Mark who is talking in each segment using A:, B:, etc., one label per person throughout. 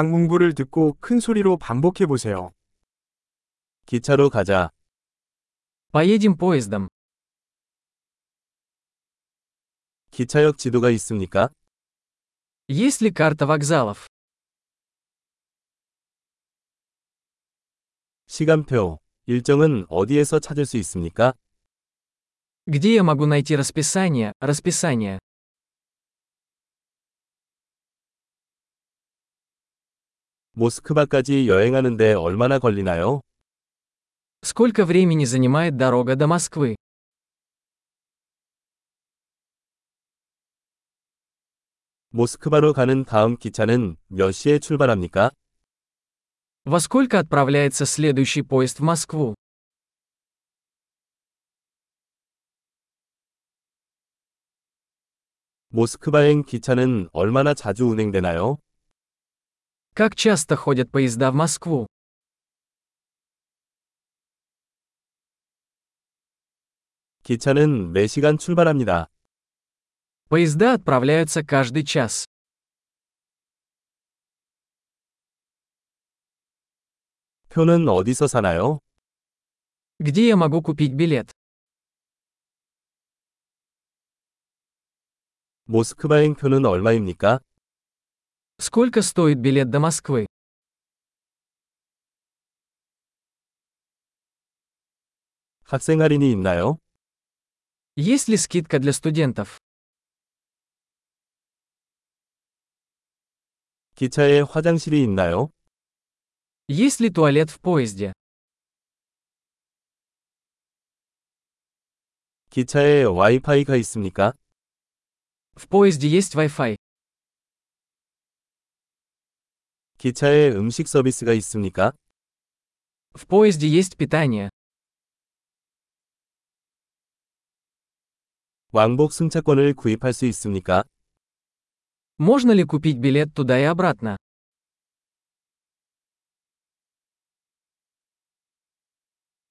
A: 강문부를 듣고 큰 소리로 반복해 보세요.
B: 기차로 가자.
C: Поедем поездом.
B: 기차역 지도가 있습니까?
C: Есть ли карта вокзалов?
B: 시간표, 일정은 어디에서 찾을 수 있습니까?
C: Где я могу найти расписание, расписание?
B: 모스크바까지 여행하는데 얼마나 걸리나요?
C: Сколько времени занимает дорога до Москвы?
B: 모스크바로 가는 다음 기차는 몇 시에 출발합니까?
C: Во сколько отправляется следующий поезд в Москву?
B: 모스크바행 기차는 얼마나 자주 운행되나요?
C: Как часто ходят поезда в Москву?
B: 기차는 매시간 출발합니다.
C: Поезда отправляются каждый час.
B: 표는 어디서 사나요?
C: Где я могу купить билет?
B: 모스크바행 표는 얼마입니까?
C: Сколько стоит билет до Москвы?
B: 학생 할인이 있나요?
C: Есть ли скидка для студентов?
B: 기차에 화장실이 있나요?
C: Есть ли туалет в поезде?
B: 기차에 와이파이가 있습니까?
C: В поезде есть Wi-Fi.
B: 기차에 음식 서비스가 있습니까?
C: В поезде есть питание.
B: 왕복 승차권을 구입할 수 있습니까?
C: Можно ли купить билет туда и обратно?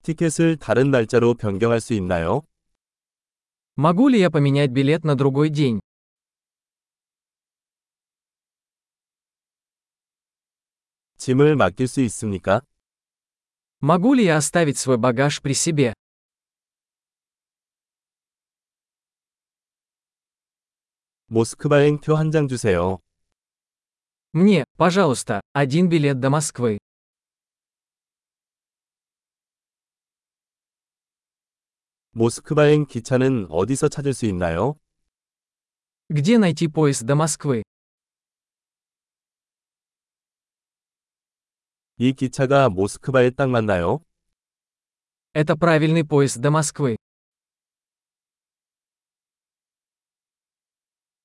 B: 티켓을 다른 날짜로 변경할 수 있나요?
C: Могу ли я поменять билет на другой день?
B: 짐을 맡길 수 있습니까?
C: Могу ли я оставить свой багаж при себе?
B: 모스크바행 표 한 장 주세요.
C: Мне, пожалуйста, один билет до Москвы.
B: 모스크바행 기차는 어디서 찾을 수 있나요?
C: Где найти поезд до Москвы?
B: 이 기차가 모스크바에 딱 맞나요?
C: Это правильный поезд до Москвы.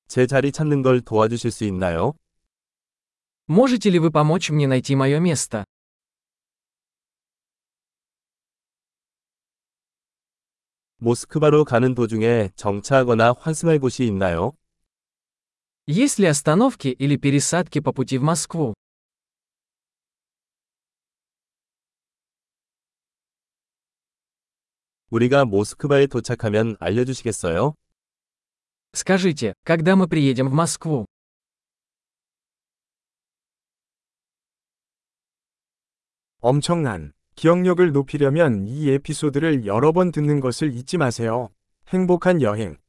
B: 제 자리 찾는 걸 도와주실 수 있나요?
C: Можете ли вы помочь мне найти мое место?
B: 모스크바로 가는 도중에 정차하거나 환승할 곳이 있나요?
C: Есть ли остановки или пересадки по пути в Москву?
B: 우리가 모스크바에 도착하면 알려주시겠어요?
C: Скажите, когда мы приедем в Москву?
A: 엄청난 기억력을 높이려면 이 에피소드를 여러 번 듣는 것을 잊지 마세요. 행복한 여행.